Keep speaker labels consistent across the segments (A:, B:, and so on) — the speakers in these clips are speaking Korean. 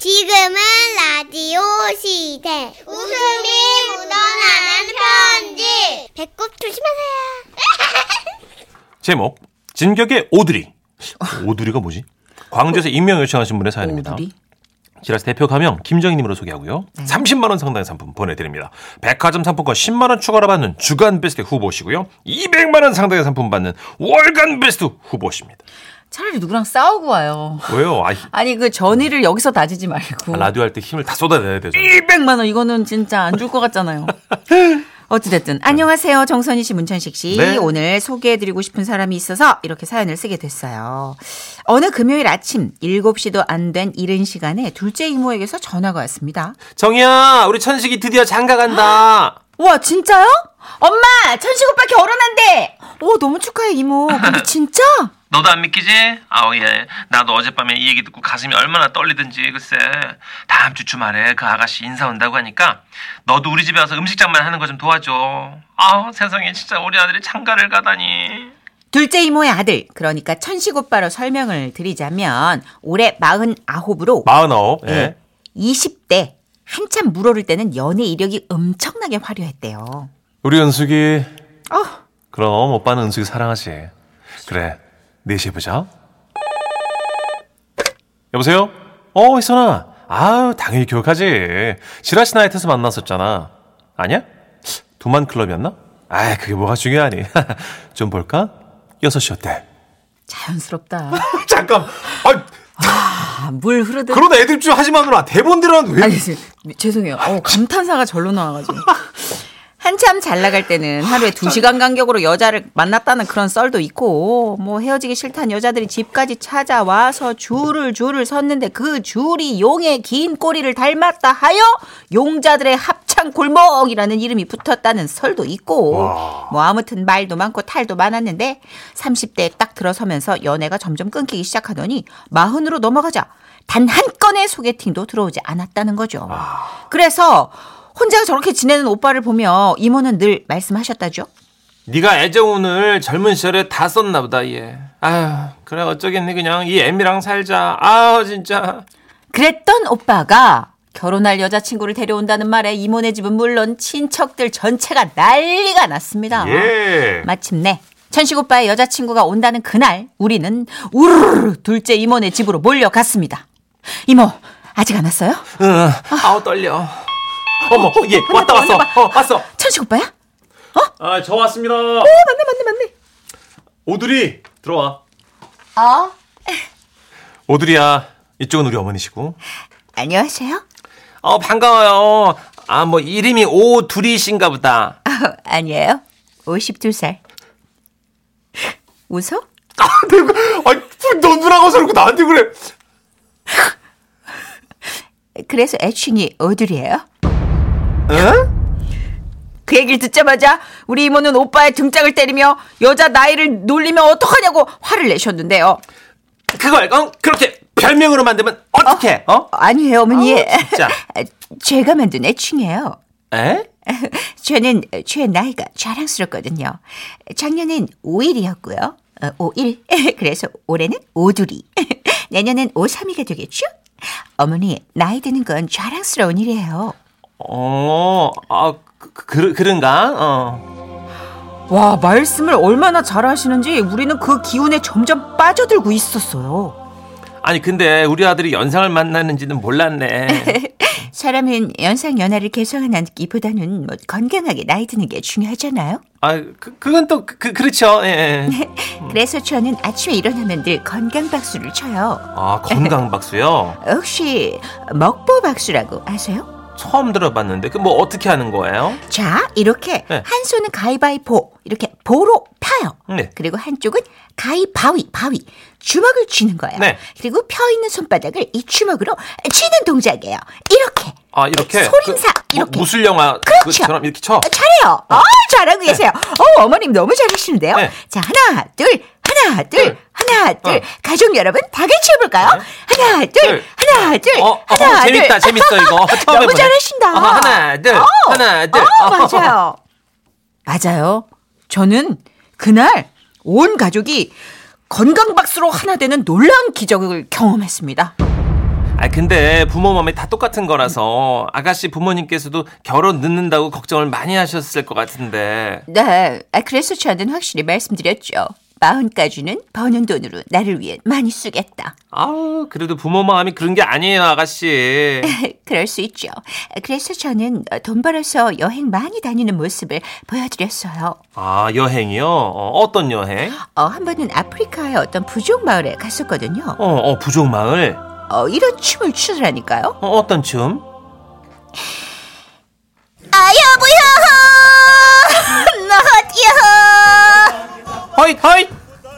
A: 지금은 라디오 시대. 웃음이 묻어나는 편지. 배꼽 조심하세요.
B: 제목 진격의 오드리. 오드리가 뭐지? 광주에서 익명 요청하신 분의 사연입니다.
C: 어. 오두리? 네.
B: 지라스 대표 가명 김정희님으로 소개하고요. 30만 원 상당의 상품 보내드립니다. 백화점 상품권 10만 원 추가로 받는 주간 베스트 후보시고요. 200만 원 상당의 상품 받는 월간 베스트 후보십니다.
C: 차라리 누구랑 싸우고 와요.
B: 왜요? 아이,
C: 아니 그 전의를 여기서 다지지 말고
B: 라디오 할 때 힘을 다 쏟아내야 되죠.
C: 100만 원 이거는 진짜 안 줄 것 같잖아요. 어찌됐든 안녕하세요 정선희 씨 문천식 씨
B: 네.
C: 오늘 소개해드리고 싶은 사람이 있어서 이렇게 사연을 쓰게 됐어요. 어느 금요일 아침 7시도 안 된 이른 시간에 둘째 이모에게서 전화가 왔습니다.
B: 정희야, 우리 천식이 드디어 장가 간다.
C: 와 진짜요? 엄마 천식 오빠 결혼한대. 오 너무 축하해 이모. 근데 진짜?
D: 너도 안 믿기지? 아우 예 나도 어젯밤에 이 얘기 듣고 가슴이 얼마나 떨리든지 글쎄 다음 주 주말에 그 아가씨 인사 온다고 하니까 너도 우리 집에 와서 음식 장만 하는 거 좀 도와줘 아우 세상에 진짜 우리 아들이 장가를 가다니
C: 둘째 이모의 아들 그러니까 천식 오빠로 설명을 드리자면 올해 49으로
B: 마흔아홉. 예.
C: 20대 한참 물오를 때는 연애 이력이 엄청나게 화려했대요.
B: 우리 은숙이.
C: 어.
B: 그럼 오빠는 은숙이 사랑하지. 그래. 4시에 보자. 여보세요? 어, 희선아. 아유, 당연히 기억하지. 지라시 나이트에서 만났었잖아. 아니야? 두만 클럽이었나? 아이, 그게 뭐가 중요하니. 좀 볼까? 6시 어때?
C: 자연스럽다.
B: 잠깐. 아,
C: 아, 물 흐르듯.
B: 그런 애들 좀 하지 마, 누나. 대본대로는
C: 아니, 지- 죄송해요. 어, 감탄사가 절로 나와가지고. 한참 잘 나갈 때는 하루에 두 시간 간격으로 여자를 만났다는 그런 썰도 있고, 뭐 헤어지기 싫다는 여자들이 집까지 찾아와서 줄을 줄을 섰는데 그 줄이 용의 긴 꼬리를 닮았다 하여 용자들의 합창 골목이라는 이름이 붙었다는 썰도 있고, 뭐 아무튼 말도 많고 탈도 많았는데 30대에 딱 들어서면서 연애가 점점 끊기기 시작하더니 마흔으로 넘어가자 단 한 건의 소개팅도 들어오지 않았다는 거죠. 그래서 혼자 저렇게 지내는 오빠를 보며 이모는 늘 말씀하셨다죠.
D: 네가 애정운을 젊은 시절에 다 썼나 보다 얘 아휴 그래 어쩌겠니 그냥 이 애미랑 살자 아우 진짜
C: 그랬던 오빠가 결혼할 여자친구를 데려온다는 말에 이모네 집은 물론 친척들 전체가 난리가 났습니다.
B: 예.
C: 마침내 천식 오빠의 여자친구가 온다는 그날 우리는 우르르 둘째 임원의 집으로 몰려갔습니다. 이모 아직 안 왔어요?
D: 응 아우 떨려
B: 어머, 예, 왔다, 왔어. 어, 왔어.
C: 천식 오빠야? 네,
B: 아, 저 왔습니다.
C: 맞네 맞네 맞네.
B: 오드리, 들어와.
C: 어
B: 오드리야, 이쪽은 우리 어머니시고.
C: 안녕하세요.
D: 어 반가워요 아 뭐 이름이 오두리신가 보다
C: 아, 아니에요. 52살. 웃어?
B: 아, 내가, 아니, 너 누나가 서고 나한테 그래.
C: 그래서 애칭이 오드리예요?
B: 응?
C: 그 얘기를 듣자마자 우리 이모는 오빠의 등짝을 때리며 여자 나이를 놀리면 어떡하냐고 화를 내셨는데요.
D: 그걸 어? 그렇게 별명으로 만들면 어떻게? 어?
C: 아니에요, 어머니.
B: 예.
D: 아, 진짜.
C: 제가 만든 애칭이에요.
D: 에?
C: 저는 제 나이가 자랑스럽거든요. 작년엔 5일이었고요. 5일. 그래서 올해는 오두리. 내년엔 532가 되겠죠? 어머니, 나이 드는 건 자랑스러운 일이에요.
D: 어, 아, 그, 그, 그런가? 어.
C: 와, 말씀을 얼마나 잘하시는지 우리는 그 기운에 점점 빠져들고 있었어요.
D: 아니 근데 우리 아들이 연상을 만나는지는 몰랐네.
C: 사람은 연상 연하를 개성하기보다는 뭐 건강하게 나이 드는 게 중요하잖아요.
D: 아, 그, 그건 또 그, 그- 그렇죠. 예. 예.
C: 네. 그래서 저는 아침에 일어나면 늘 건강 박수를 쳐요.
D: 아, 건강 박수요.
C: 혹시 먹보 박수라고 아세요?
D: 처음 들어봤는데 그 뭐 어떻게 하는 거예요?
C: 자, 이렇게
D: 네.
C: 한 손은 가위바위보, 이렇게 보로 펴요.
D: 네.
C: 그리고 한쪽은 가위바위, 바위, 주먹을 쥐는 거예요.
D: 네.
C: 그리고 펴 있는 손바닥을 이 주먹으로 치는 동작이에요. 이렇게.
D: 아, 이렇게
C: 소림사,
D: 그,
C: 이렇게.
D: 뭐, 무술 영화
C: 그렇죠.
D: 처럼 이렇게 쳐.
C: 어, 잘해요. 어, 잘하고 계세요. 어, 어머님 너무 잘하시는데요.
D: 네.
C: 자, 하나, 둘, 하나, 둘,
D: 둘.
C: 하나, 둘.
D: 어.
C: 가족 여러분, 다 같이 해볼까요?
D: 네.
C: 하나, 둘,
D: 둘.
C: 하나, 둘,
D: 어, 어,
C: 하나, 둘.
D: 재밌다, 재밌어, 이거. 처음
C: 너무
D: 해보네.
C: 잘하신다.
D: 어, 하나, 둘, 하나, 둘.
C: 어, 맞아요. 맞아요. 저는 그날 온 가족이 건강 박수로 하나 되는 놀라운 기적을 경험했습니다.
B: 아 근데 부모 마음이 다 똑같은 거라서 아가씨 부모님께서도 결혼 늦는다고 걱정을 많이 하셨을 것 같은데
C: 네, 아, 그래서 저는 확실히 말씀드렸죠. 마흔까지는 버는 돈으로 나를 위해 많이 쓰겠다.
B: 아우 그래도 부모 마음이 그런 게 아니에요 아가씨
C: 그럴 수 있죠. 그래서 저는 돈 벌어서 여행 많이 다니는 모습을 보여드렸어요.
B: 아 여행이요? 어, 떤 여행?
C: 어, 한 번은 아프리카의 어떤 부족 마을에 갔었거든요.
B: 어, 어 부족마을
C: 어, 이런 춤을 추더라니까요.
B: 어, 어떤 춤?
A: 아 여보여 나 어디야
B: 허잇 허잇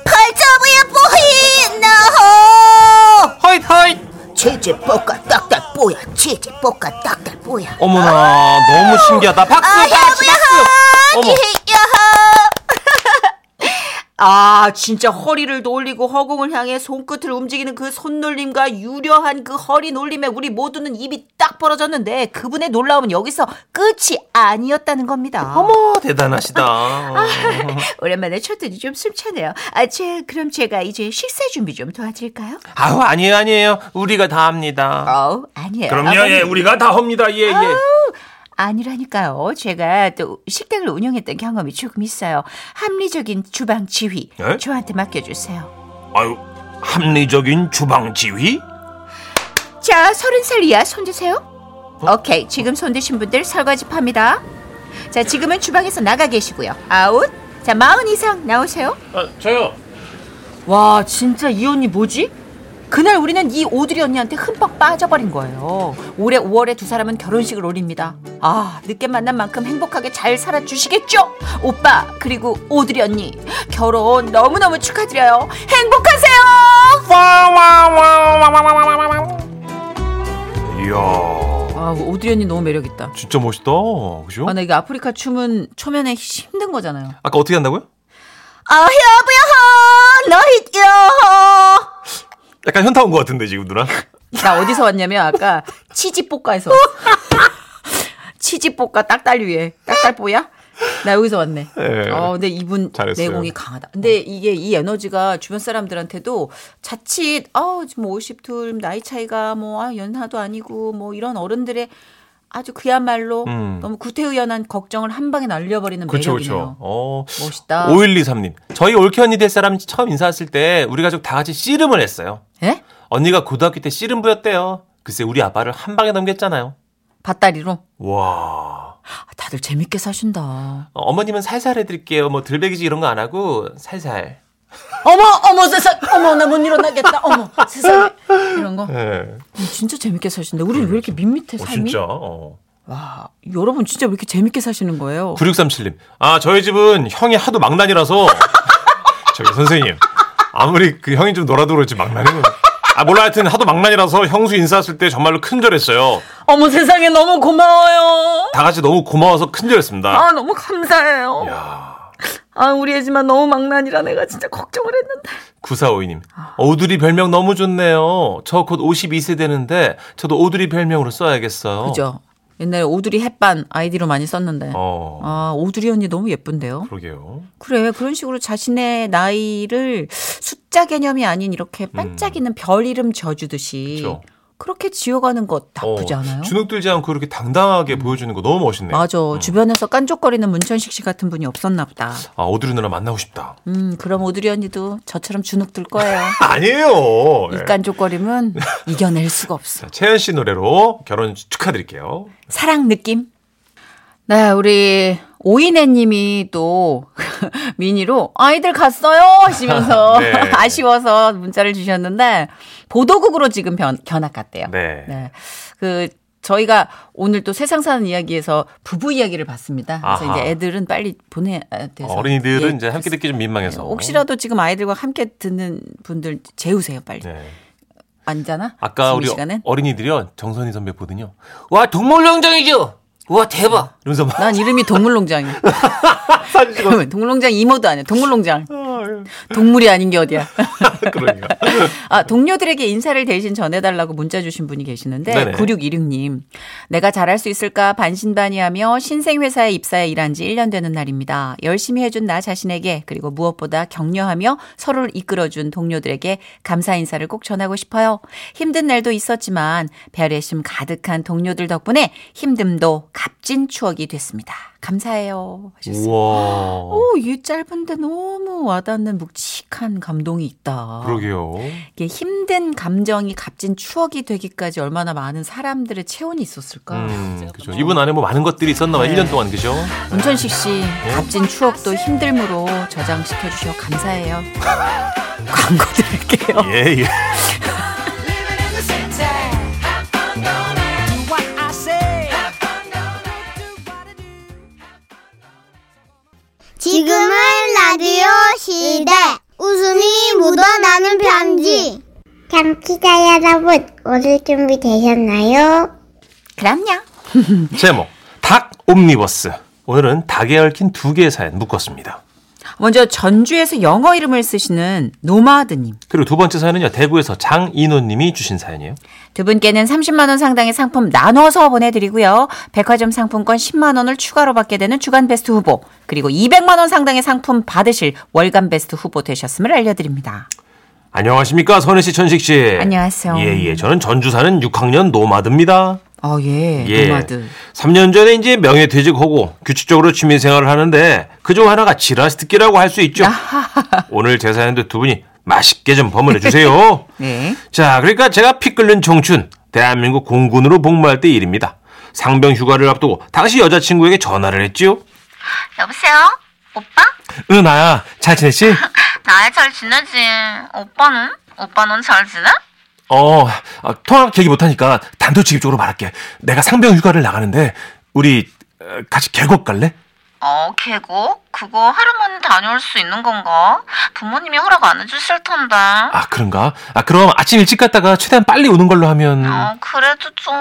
A: 팔자부야 보이 나
B: 허잇 허잇
E: 치즈 볶아 딱딱 뽀야 치즈 볶아 딱딱 뽀야
B: 어머나 너무 신기하다 박수 박수 박수 어머
A: 여하
C: 아, 진짜 허리를 돌리고 허공을 향해 손끝을 움직이는 그 손놀림과 유려한 그 허리 놀림에 우리 모두는 입이 딱 벌어졌는데 그분의 놀라움은 여기서 끝이 아니었다는 겁니다.
B: 어머 대단하시다
C: 오랜만에 쳤더니 좀 숨차네요. 아, 제, 그럼 제가 이제 식사 준비 좀 도와드릴까요?
B: 아우 아니에요 아니에요 우리가 다 합니다
C: 어우, 아니에요.
B: 그럼요
C: 아버님.
B: 예 우리가 다 합니다 예예
C: 아니라니까요. 제가 또 식당을 운영했던 경험이 조금 있어요. 합리적인 주방 지휘
B: 예?
C: 저한테 맡겨주세요.
B: 아유 합리적인 주방 지휘?
C: 자, 서른 살 이하 손 드세요.
B: 어?
C: 오케이, 지금 손 드신 분들 설거지 팝니다. 자, 지금은 주방에서 나가 계시고요. 아웃. 자, 마흔 이상 나오세요.
B: 아, 저요
C: 와, 진짜 이 언니 뭐지? 그날 우리는 이 오드리 언니한테 흠뻑 빠져버린 거예요. 올해 5월에 두 사람은 결혼식을 올립니다. 아, 늦게 만난 만큼 행복하게 잘 살아주시겠죠? 오빠, 그리고 오드리 언니, 결혼 너무너무 축하드려요. 행복하세요!
B: 이야
C: 아, 오드리 언니 너무 매력있다.
B: 진짜 멋있다 그죠?
C: 아, 나 이게 아프리카 춤은 초면에 힘든 거잖아요.
B: 아까 어떻게 한다고요?
C: 아, 여보여, 너희요!
B: 약간 현타 온 것 같은데 지금 누나
C: 나 어디서 왔냐면 아까 치즈볶아에서 치즈볶아 딱딸 위에 딱딸뽀야? 나 여기서 왔네.
B: 예.
C: 어, 근데 이분
B: 잘했어요.
C: 내공이 강하다. 근데 이게 이 에너지가 주변 사람들한테도 자칫 어, 지금 50둘 나이 차이가 뭐 아, 연하도 아니고 뭐 이런 어른들의 아주 그야말로
B: 음.
C: 너무 구태의연한 걱정을 한 방에 날려버리는
B: 그쵸 그쵸
C: 매력이네요. 아.
B: 어.
C: 멋있다.
B: 5123님 저희 올케 언니 될 사람 처음 인사했을 때 우리 가족 다 같이 씨름을 했어요
C: 예?
B: 언니가 고등학교 때 씨름부였대요 글쎄 우리 아빠를 한 방에 넘겼잖아요
C: 밭다리로
B: 와
C: 아, 다들 재밌게 사신다.
B: 어, 어머님은 살살 해드릴게요 뭐 들배기지 이런 거 안 하고 살살
C: 어머 어머 세상 어머 나 못 일어나겠다 어머 세상에 이런 거.
B: 예.
C: 음, 진짜 재밌게 사신다. 우리는 왜 이렇게 밋밋해
B: 어,
C: 삶이?
B: 진짜 어.
C: 와, 여러분 진짜 왜 이렇게 재밌게 사시는 거예요?
B: 9637님. 아, 저희 집은 형이 하도 망난이라서. 저기 선생님. 아무리 그 형이 좀 놀아도 그렇지 망난이는. 아, 몰라. 하여튼 하도 망난이라서 형수 인사했을 때 정말로 큰절했어요.
C: 어머 세상에 너무 고마워요.
B: 다 같이 너무 고마워서 큰절했습니다.
C: 아 너무 감사해요. 아 우리 애지만 너무 망난이라 내가 진짜 걱정을 했는데.
B: 9452님. 오두리 별명 너무 좋네요. 저 곧 52세 되는데 저도 오두리 별명으로 써야겠어요.
C: 그죠? 옛날에 오두리 햇반 아이디로 많이 썼는데.
B: 어.
C: 아 오두리 언니 너무 예쁜데요.
B: 그러게요.
C: 그래 그런 식으로 자신의 나이를 숫자 개념이 아닌 이렇게 반짝이는 별 이름 져주듯이
B: 음. 그쵸.
C: 렇게 지어가는 거 나쁘지
B: 어,
C: 않아요?
B: 주눅 들지 않고 이렇게 당당하게 보여주는 거 너무 멋있네요. 음.
C: 맞아. 주변에서 깐족거리는 문천식 씨 같은 분이 없었나 보다.
B: 아, 오두리 누나 만나고 싶다.
C: 음, 그럼 오드리 언니도 저처럼 주눅 들 거예요.
B: 아니에요. 예.
C: 그러니까 입간족거림은 이겨낼 수가 없어.
B: 자, 채연 씨 노래로 결혼 축하드릴게요.
C: 사랑 느낌? 네, 우리 오인혜 님이 또 미니로 아이들 갔어요 하시면서
B: 네.
C: 아쉬워서 문자를 주셨는데 보도국으로 지금 변, 견학 갔대요.
B: 네.
C: 네. 그 저희가 오늘 또 세상 사는 이야기에서 부부 이야기를 봤습니다. 그래서
B: 아하.
C: 이제 애들은 빨리 보내야 돼서
B: 어린이들은
C: 예,
B: 이제 함께 듣기 좀 민망해서.
C: 혹시라도 지금 아이들과 함께 듣는 분들 재우세요 빨리
B: 네.
C: 앉잖아
B: 아까
C: 지금
B: 우리
C: 시간엔
B: 어린이들이요. 정선희 선배 보더니요. 와, 동물농장이죠? 와, 대박. 이러면서 막
C: 난 이름이 동물농장이야
B: 사주시고.
C: 동물농장 이모도 아니야 동물농장 동물이 아닌 게 어디야.
B: 그러니까.
C: 아, 동료들에게 인사를 대신 전해달라고 문자 주신 분이 계시는데
B: 네네.
C: 9616님 내가 잘할 수 있을까 반신반의하며 신생회사에 입사해 일한 지 1년 되는 날입니다. 열심히 해준 나 자신에게 그리고 무엇보다 격려하며 서로를 이끌어준 동료들에게 감사 인사를 꼭 전하고 싶어요. 힘든 날도 있었지만 배려심 가득한 동료들 덕분에 힘듦도 값진 추억이 됐습니다.
B: 음.
C: 감사해요. 하셨습니다.
B: 우와.
C: 오, 이 짧은데 너무 와닿는 묵직한 감동이 있다.
B: 그러게요.
C: 이게 힘든 감정이 값진 추억이 되기까지 얼마나 많은 사람들의 체온이 있었을까.
B: 음, 그죠. 이분 안에 뭐 많은 것들이 있었나
C: 네.
B: 봐요. 1년 동안, 그죠?
C: 문천식 씨, 값진 추억도 힘듦으로 저장시켜 주셔 감사해요. 광고 드릴게요.
B: 예, 예.
F: 지금은 라디오 시대. 웃음이 묻어나는 편지. 감기자 여러분, 오늘 준비 되셨나요?
C: 그럼요.
B: 제목. 닭 옴니버스. 오늘은 닭에 얽힌 두 개의 사연 묶었습니다.
C: 먼저 전주에서 영어 이름을 쓰시는 노마드님.
B: 그리고 두 번째 사연은요. 대구에서 장인호 님이 주신 사연이에요.
C: 두 분께는 30만 원 상당의 상품 나눠서 보내드리고요. 백화점 상품권 10만 원을 추가로 받게 되는 주간 베스트 후보 그리고 200만 원 상당의 상품 받으실 월간 베스트 후보 되셨음을 알려드립니다.
B: 안녕하십니까 선혜 씨, 천식 씨.
C: 안녕하세요.
B: 예, 예. 저는 전주 사는 6학년 노마드입니다.
C: 아 예,
B: 예.
C: 노마드.
B: 3년 전에 이제 명예 퇴직하고 규칙적으로 취미 생활을 하는데 그중 하나가 지라시 듣기라고 할 수 있죠. 오늘 제 사연도 두 분이 맛있게 좀 버무려 주세요.
C: 네.
B: 자, 그러니까 제가 피 끓는 청춘, 대한민국 공군으로 복무할 때 일입니다. 상병 휴가를 앞두고 당시 여자친구에게 전화를 했지요.
G: 여보세요? 오빠?
B: 응, 나야. 잘 지냈지?
G: 나야 잘 지내지. 오빠는? 오빠 넌 잘 지내?
B: 어, 아, 통화 길게 못하니까 단도직입적으로 말할게. 내가 상병 휴가를 나가는데 우리 어, 같이 계곡 갈래?
G: 어, 계곡? 그거 하루만 다녀올 수 있는 건가? 부모님이 허락 안 해주실 텐데.
B: 아, 그런가? 아, 그럼 아침 일찍 갔다가 최대한 빨리 오는 걸로 하면
G: 어, 그래도 좀.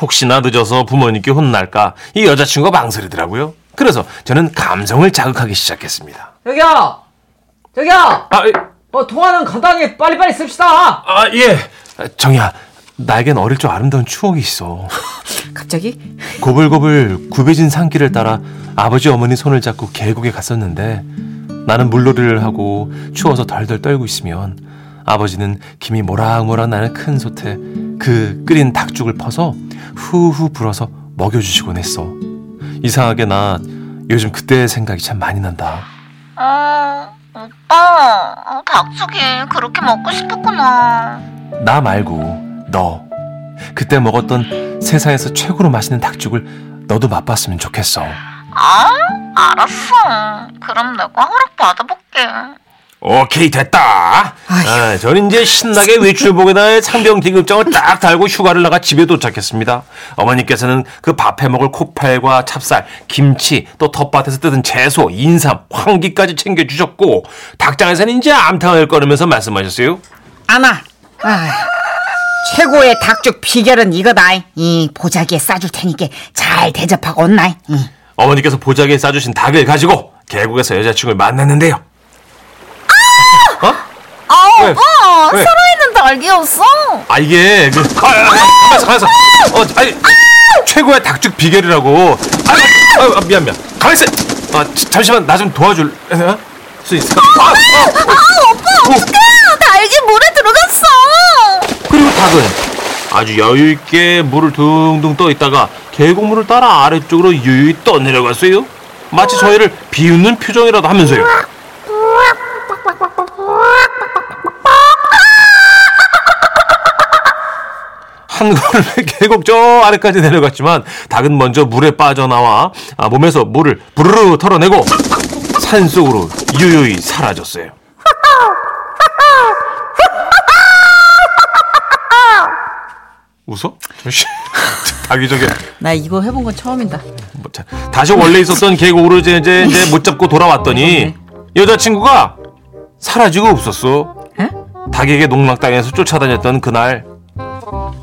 B: 혹시나 늦어서 부모님께 혼날까 이 여자친구가 망설이더라고요. 그래서 저는 감성을 자극하기 시작했습니다.
H: 저기요! 저기요!
B: 아, 예,
H: 어, 통화는 간단하게 빨리빨리 씁시다!
B: 아 예. 아, 정희야, 나에겐 어릴 적 아름다운 추억이 있어.
C: 갑자기
B: 고불고불 굽해진 산길을 따라 아버지 어머니 손을 잡고 계곡에 갔었는데 나는 물놀이를 하고 추워서 덜덜 떨고 있으면 아버지는 김이 모락모락 나는 큰 솥에 그 끓인 닭죽을 퍼서 후후 불어서 먹여주시곤 했어. 이상하게 나 요즘 그때 생각이 참 많이 난다.
G: 어, 오빠. 어, 닭죽이 그렇게 먹고 싶었구나.
B: 나 말고 너. 그때 먹었던 세상에서 최고로 맛있는 닭죽을 너도 맛봤으면 좋겠어.
G: 아, 알았어. 그럼 내가 허락 받아볼게.
B: 오케이 됐다. 아, 저는 이제 신나게 외출복에다 상병 등급장을 딱 달고 휴가를 나가 집에 도착했습니다. 어머니께서는 그 밥해 먹을 코팔과 찹쌀, 김치, 또 텃밭에서 뜯은 채소, 인삼, 황기까지 챙겨주셨고 닭장에서는 이제 암탕을 꺼내면서 말씀하셨어요.
H: 아마! 아, 최고의 닭죽 비결은 이거다. 이 보자기에 싸줄 테니까 잘 대접하고 온나.
B: 어머니께서 보자기에 싸주신 닭을 가지고 계곡에서 여자친구를 만났는데요. 어?
A: 아
B: 왜?
A: 오빠
B: 왜?
A: 살아있는 닭이었어
B: 아 이게 그, 아, 아, 아, 가만있어 가만있어 어 아니 최고의 닭죽 비결이라고 아, 아, 아 미안 미안 가만있어 아 자- 잠시만 나 좀 도와줄 어? 수 있어 아, 아,
A: 오빠 어떡해 닭이 물에 들어갔어
B: 그리고 닭은 아주 여유 있게 물을 둥둥 떠 있다가 계곡물을 따라 아래쪽으로 유유히 떠 내려갔어요 마치 저희를 비웃는 표정이라도 하면서요 한 걸음에 계곡 저 아래까지 내려갔지만 닭은 먼저 물에 빠져나와 아, 몸에서 물을 부르르 털어내고 산속으로 유유히 사라졌어요. 웃어? 잠시. 닭이 저게
C: 나 이거 해본 건 처음이다.
B: 뭐, 자, 다시 원래 있었던 계곡으로 이제 이제, 이제 못 잡고 돌아왔더니 여자친구가 사라지고 없었어.
C: 에?
B: 닭에게 농락당해서 쫓아다녔던 그날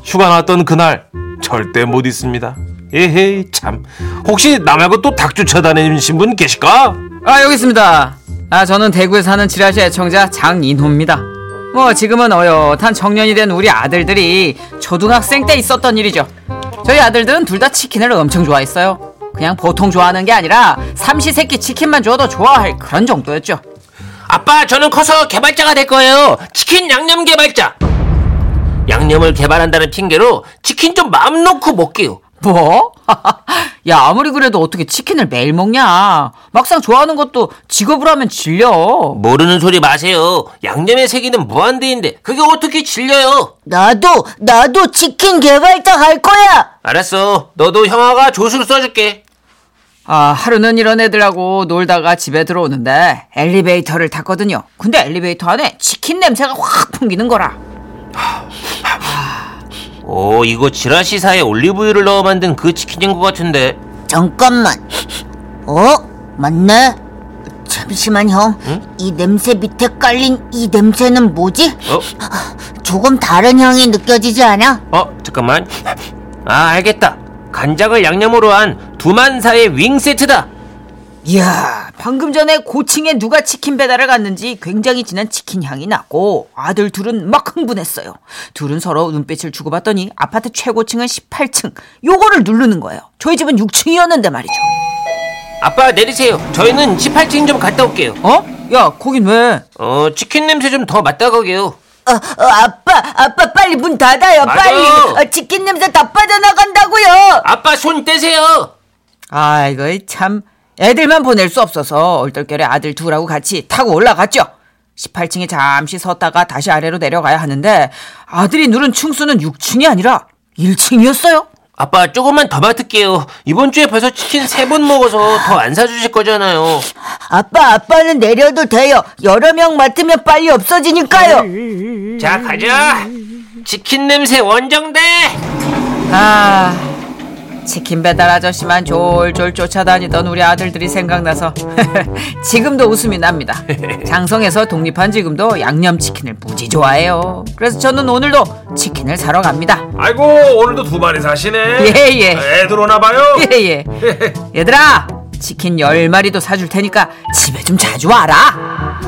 B: 휴가 나왔던 그날 절대 못 있습니다. 에헤이 참 혹시 나 말고 또 닭 쫓아다니신 분 계실까?
H: 아, 여기 있습니다.
C: 아, 저는 대구에 사는 지라시 애청자 장인호입니다. 뭐 지금은 어엿한 청년이 된 우리 아들들이 초등학생 때 있었던 일이죠. 저희 아들들은 둘 다 치킨을 엄청 좋아했어요. 그냥 보통 좋아하는 게 아니라 삼시세끼 치킨만 줘도 좋아할 그런 정도였죠.
I: 아빠, 저는 커서 개발자가 될 거예요. 치킨 양념 개발자. 양념을 개발한다는 핑계로 치킨 좀 마음 놓고 먹게요.
C: 뭐? 야, 아무리 그래도 어떻게 치킨을 매일 먹냐? 막상 좋아하는 것도 직업으로 하면 질려.
I: 모르는 소리 마세요. 양념의 세기는 무한대인데 그게 어떻게 질려요?
E: 나도 나도 치킨 개발자 할 거야.
I: 알았어. 너도 형아가 조수를 써줄게.
C: 아, 하루는 이런 애들하고 놀다가 집에 들어오는데 엘리베이터를 탔거든요. 근데 엘리베이터 안에 치킨 냄새가 확 풍기는 거라.
I: 오, 이거 지라시사에 올리브유를 넣어 만든 그 치킨인 것 같은데.
E: 잠깐만. 어? 맞네. 잠시만 형. 이 냄새 밑에 깔린 이 냄새는 뭐지?
I: 어?
E: 조금 다른 향이 느껴지지 않아?
I: 어, 잠깐만. 아, 알겠다. 간장을 양념으로 한 두만사의 윙 세트다.
C: 이야, 방금 전에 고층에 누가 치킨 배달을 갔는지 굉장히 진한 치킨 향이 났고 아들 둘은 막 흥분했어요. 둘은 서로 눈빛을 주고받더니 아파트 최고층은 18층. 요거를 누르는 거예요. 저희 집은 6층이었는데 말이죠.
I: 아빠 내리세요. 저희는 18층 좀 갔다 올게요.
C: 어? 야, 거긴 왜?
I: 어, 치킨 냄새 좀 더 맡다 가게요.
E: 어, 어, 아빠, 아빠 빨리 문 닫아요.
I: 맞아.
E: 빨리. 어, 치킨 냄새 다 빠져나간다고요.
I: 아빠 손 떼세요.
C: 아, 이거 참 애들만 보낼 수 없어서 얼떨결에 아들 둘하고 같이 타고 올라갔죠. 18층에 잠시 섰다가 다시 아래로 내려가야 하는데 아들이 누른 층수는 6층이 아니라 1층이었어요.
I: 아빠 조금만 더 맡을게요. 이번 주에 벌써 치킨 세 번 먹어서 더 안 사주실 거잖아요.
E: 아빠, 아빠는 내려도 돼요. 여러 명 맡으면 빨리 없어지니까요.
I: 자 가자. 치킨 냄새 원정대.
C: 아, 치킨 배달 아저씨만 졸졸 쫓아다니던 우리 아들들이 생각나서 지금도 웃음이 납니다. 장성에서 독립한 지금도 양념치킨을 무지 좋아해요. 그래서 저는 오늘도 치킨을 사러 갑니다.
D: 아이고 오늘도 두 마리 사시네.
C: 예, 예.
D: 애들 오나 봐요.
C: 예예. 얘들아 치킨 열 마리도 사줄 테니까 집에 좀 자주 와라.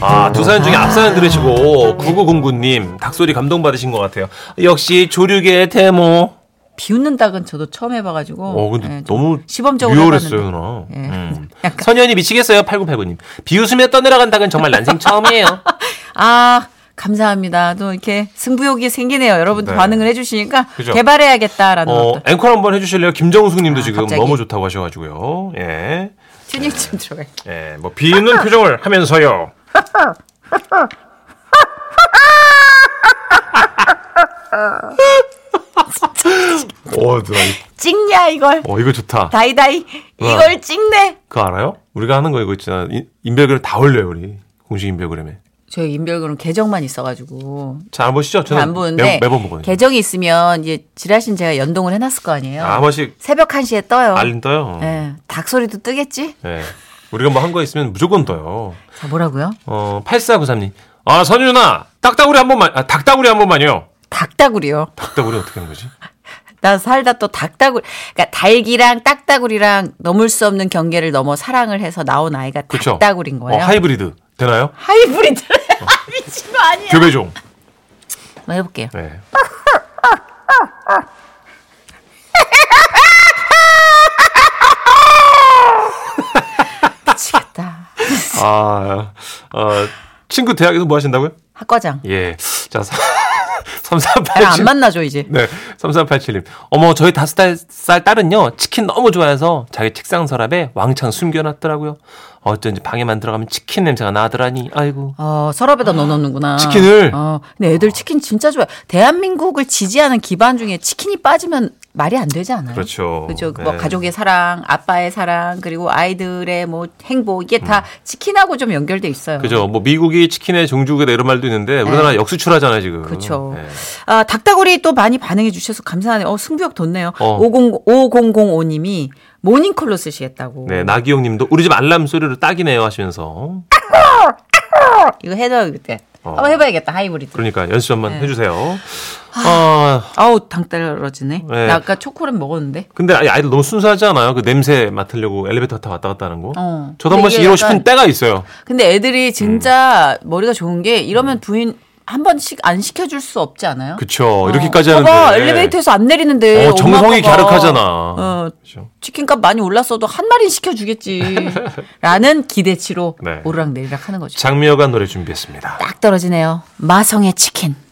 B: 아, 두 사연 중에 앞사연 들으시고 9909님 닭소리 감동받으신 것 같아요. 역시 조류계의 대모.
C: 비웃는 닭은 저도 처음 해봐가지고.
B: 어, 근데
C: 예, 좀
B: 너무
C: 시범적으로
B: 리얼했어요,
C: 해봤는데.
B: 누나.
C: 예.
B: 음.
C: 약간.
B: 선현이 미치겠어요, 8989님. 비웃으며 떠내려간 닭은 정말 난생 처음이에요.
C: 아 감사합니다. 또 이렇게 승부욕이 생기네요. 여러분도
B: 네.
C: 반응을 해주시니까
B: 그죠.
C: 개발해야겠다라는
B: 어,
C: 어떤
B: 앵콜 한번 해주실래요? 김정숙님도
C: 아,
B: 지금
C: 갑자기?
B: 너무 좋다고 하셔가지고요. 예,
C: 튜닝 좀 들어가.
B: 예, 뭐 비웃는 표정을 하면서요. 오, 어, 누나, 이-
C: 찍냐 이걸
B: 어, 이거 좋다.
C: 다이다이
B: 어.
C: 이걸 찍네.
B: 그거 알아요? 우리가 하는 거 이거 있잖아. 인- 인별그램 다 올려요, 우리. 공식 인별그램에.
C: 저희 인별그램 계정만 있어가지고
B: 잘 안 보시죠? 저는
C: 네, 안 보는데
B: 매, 매번 보거든요.
C: 계정이 있으면 이제 지라신 제가 연동을 해놨을 거 아니에요.
B: 아, 한 번씩
C: 새벽 1시에 떠요.
B: 알림 떠요.
C: 예, 닭소리도 뜨겠지?
B: 예. 우리가 뭐 한 거 있으면 무조건 떠요.
C: 자, 뭐라고요?
B: 어, 8493님. 아, 선유 누나. 딱따구리 한 번만, 아, 닭따구리 한 번만요.
C: 닭다구리요.
B: 닭따구리 어떻게 하는 거지?
C: 나 살다 또 닭다구리. 그러니까 달기랑 딱다구리랑 넘을 수 없는 경계를 넘어 사랑을 해서 나온 아이가
B: 그쵸?
C: 닭다구리인 거예요.
B: 어, 하이브리드. 되나요?
C: 브리드래 미친 거 아니야.
B: 교배종.
C: 한번 해볼게요.
B: 네.
C: 미치겠다.
B: 아, 어, 친구 대학에서 뭐 하신다고요?
C: 학과장.
B: 예. 자,
C: 나랑 안
B: 3387.
C: 만나죠, 이제.
B: 네, 3387님. 어머, 저희 다섯 달- 살 딸은요, 치킨 너무 좋아해서 자기 책상 서랍에 왕창 숨겨놨더라고요. 어쩐지 방에만 들어가면 치킨 냄새가 나더라니, 아이고.
C: 어, 서랍에다 넣어놓는구나.
B: 치킨을?
C: 어, 근데 애들 치킨 진짜 좋아해. 대한민국을 지지하는 기반 중에 치킨이 빠지면 말이 안 되지 않아요?
B: 그렇죠.
C: 그죠. 뭐
B: 네.
C: 가족의 사랑, 아빠의 사랑, 그리고 아이들의 뭐 행복 이게 다
B: 음.
C: 치킨하고 좀 연결돼 있어요.
B: 그죠. 뭐 미국이 치킨의 종주국이다 이런 말도 있는데 우리나라 역수출하잖아요 지금.
C: 네. 그렇죠.
B: 예.
C: 아, 닭다구리 또 많이 반응해 주셔서 감사하네요. 어, 승부욕 돋네요.
B: 어.
C: 50, 5005님이 모닝콜로 쓰시겠다고.
B: 네, 나기용님도 우리 집 알람 소리로 딱이네요 하시면서.
C: 이거 해줘요, 그때. 한번 해봐야겠다 하이브리드.
B: 어. 그러니까 연습 한번
C: 네.
B: 해주세요. 아,
C: 아우 당 떨어지네.
B: 네.
C: 나 아까 초콜릿 먹었는데.
B: 근데 아이- 아이들 너무 순수하지 않아요? 그 냄새 맡으려고 엘리베이터 타 왔다 갔다 하는 거.
C: 어.
B: 저도 한 번씩
C: 근데 이게
B: 이러고 싶은 음.
C: 약간-
B: 때가 있어요.
C: 근데 애들이 진짜 머리가 좋은 게 이러면 부인 한 번씩 안 시켜줄 수 없지 않아요?
B: 음. 그쵸.
C: 어.
B: 이렇게까지 하는데.
C: 봐봐, 엘리베이터에서 안 내리는데.
B: 어, 정성이
C: 엄마, 아빠가,
B: 갸륵하잖아. 그렇죠.
C: 어,
B: 그쵸.
C: 치킨값 많이 올랐어도 한 마리 시켜주겠지. 라는 기대치로
B: 네.
C: 오르락 내리락 하는 거죠.
B: 장미여가 노래 준비했습니다.
C: 딱 떨어지네요. 마성의 치킨.